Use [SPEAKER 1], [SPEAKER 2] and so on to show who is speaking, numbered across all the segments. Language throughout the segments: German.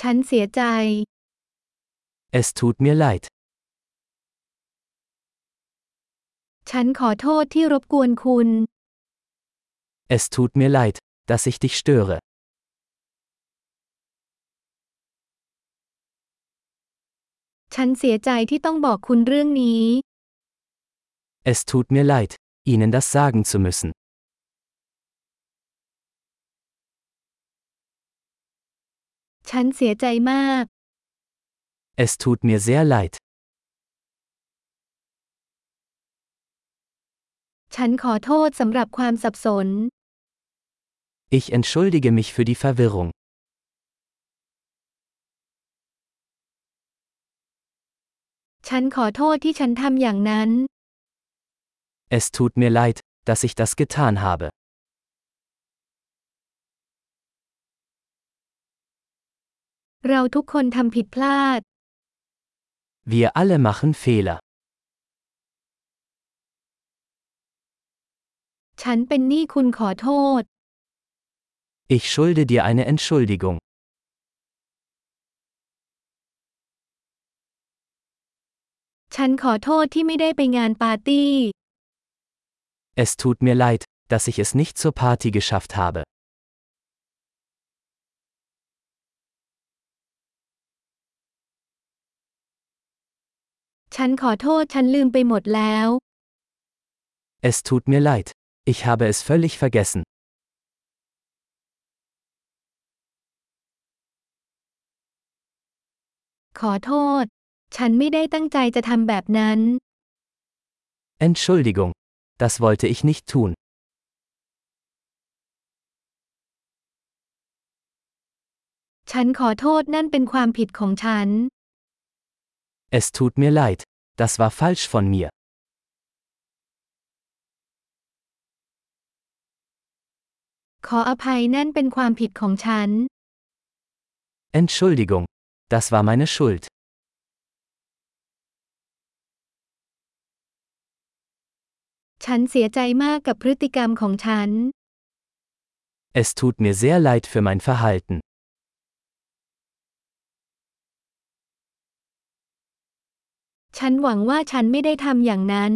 [SPEAKER 1] ฉันเสียใจ
[SPEAKER 2] Es tut mir leid.
[SPEAKER 1] ฉันขอโทษที่รบกวนคุณ
[SPEAKER 2] Es tut mir leid, dass ich dich störe.
[SPEAKER 1] ฉันเสียใจที่ต้องบอกคุณเรื่องนี้
[SPEAKER 2] Es tut mir leid, Ihnen das sagen zu müssen.
[SPEAKER 1] ฉันเสียใจมาก
[SPEAKER 2] Es tut mir sehr leid.
[SPEAKER 1] ฉันขอโทษสำหรับความสับสน
[SPEAKER 2] Ich entschuldige mich für die Verwirrung.
[SPEAKER 1] ฉันขอโทษที่ฉันทำอย่างนั้น
[SPEAKER 2] Es tut mir leid, dass ich das getan habe.
[SPEAKER 1] เราทุกคนทำผิดพลาด
[SPEAKER 2] Wir alle machen Fehler.
[SPEAKER 1] ฉันเป็นหนี้คุณขอโทษ
[SPEAKER 2] Ich schulde dir eine Entschuldigung.
[SPEAKER 1] ฉันขอโทษที่ไม่ได้ไปงานปาร์ตี้
[SPEAKER 2] Es tut mir leid, dass ich es nicht zur Party geschafft habe.
[SPEAKER 1] ฉันขอโทษฉันลืมไปหมดแล้ว
[SPEAKER 2] Es tut mir leid. Ich habe es völlig vergessen.
[SPEAKER 1] ขอโทษ ฉันไม่ได้ตั้งใจจะทำแบบนั้น
[SPEAKER 2] Entschuldigung. Das wollte ich nicht tun.
[SPEAKER 1] ฉันขอโทษนั่นเป็นความผิดของฉัน
[SPEAKER 2] Es tut mir leid. Das war falsch von mir.
[SPEAKER 1] ขออภัยนั่นเป็นความผิดของฉัน
[SPEAKER 2] Entschuldigung. Das war meine Schuld.
[SPEAKER 1] ฉันเสียใจมากกับพฤติกรรมของฉัน
[SPEAKER 2] Es tut mir sehr leid für mein Verhalten.
[SPEAKER 1] ฉันหวังว่าฉันไม่ได้ทำอย่างนั้น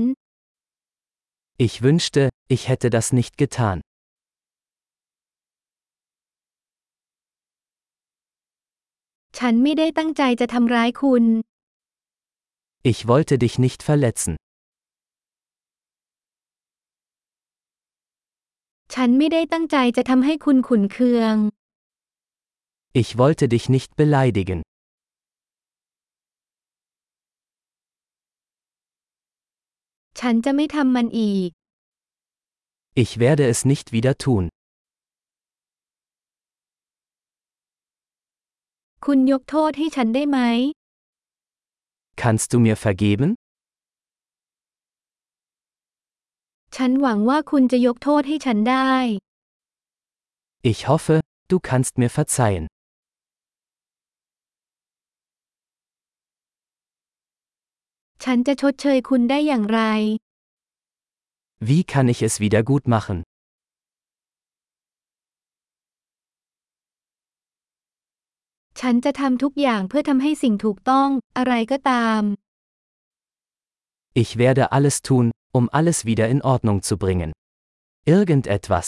[SPEAKER 2] Ich wünschte, ich hätte das nicht getan.
[SPEAKER 1] ฉันไม่ได้ตั้งใจจะทำร้ายคุณ
[SPEAKER 2] Ich wollte dich nicht verletzen.
[SPEAKER 1] ฉันไม่ได้ตั้งใจจะทำให้คุณขุนเคือง
[SPEAKER 2] Ich wollte dich nicht beleidigen.
[SPEAKER 1] ฉันจะไม่ทำมันอีก
[SPEAKER 2] Ich werde es nicht wieder tun.
[SPEAKER 1] คุณยกโทษให้ฉันได้ไหม
[SPEAKER 2] Kannst du mir vergeben?
[SPEAKER 1] ฉันหวังว่าคุณจะยกโทษให้ฉันได้
[SPEAKER 2] Ich hoffe, du kannst mir verzeihen.
[SPEAKER 1] ฉันจะชดเชยคุณได้อย่างไร
[SPEAKER 2] Wie kann ich es wieder gut machen?
[SPEAKER 1] ฉันจะทำทุกอย่างเพื่อทำให้สิ่งถูกต้อง อะไรก็ตาม
[SPEAKER 2] Ich werde alles tun, um alles wieder in Ordnung zu bringen. Irgendetwas.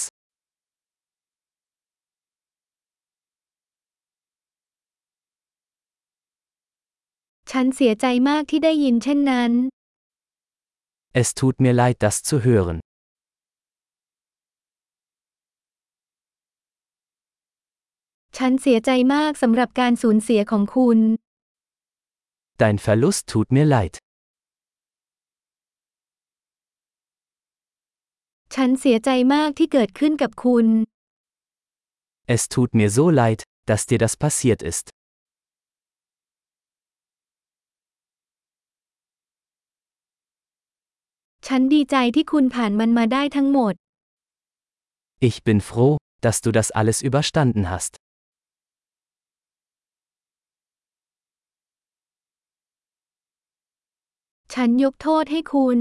[SPEAKER 1] ฉันเสียใจมากที่ได้ยินเช่นนั้น
[SPEAKER 2] Es tut mir leid, das zu hören.
[SPEAKER 1] ฉันเสียใจมากสำหรับการสูญเสียของคุณ
[SPEAKER 2] Dein Verlust tut mir leid.
[SPEAKER 1] ฉันเสียใจมากที่เกิดขึ้นกับคุณ
[SPEAKER 2] Es tut mir so leid, dass dir das passiert ist.
[SPEAKER 1] ฉันดีใจที่คุณผ่านมันมาได้ทั้งหมด
[SPEAKER 2] Ich bin froh, dass du das alles überstanden hast.
[SPEAKER 1] ฉันยกโทษให้คุณ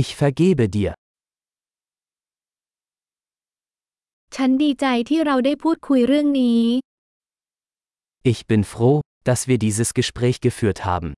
[SPEAKER 2] Ich vergebe dir.
[SPEAKER 1] ฉันดีใจที่เราได้พูดคุยเรื่องนี้
[SPEAKER 2] Ich bin froh, dass wir dieses Gespräch geführt haben.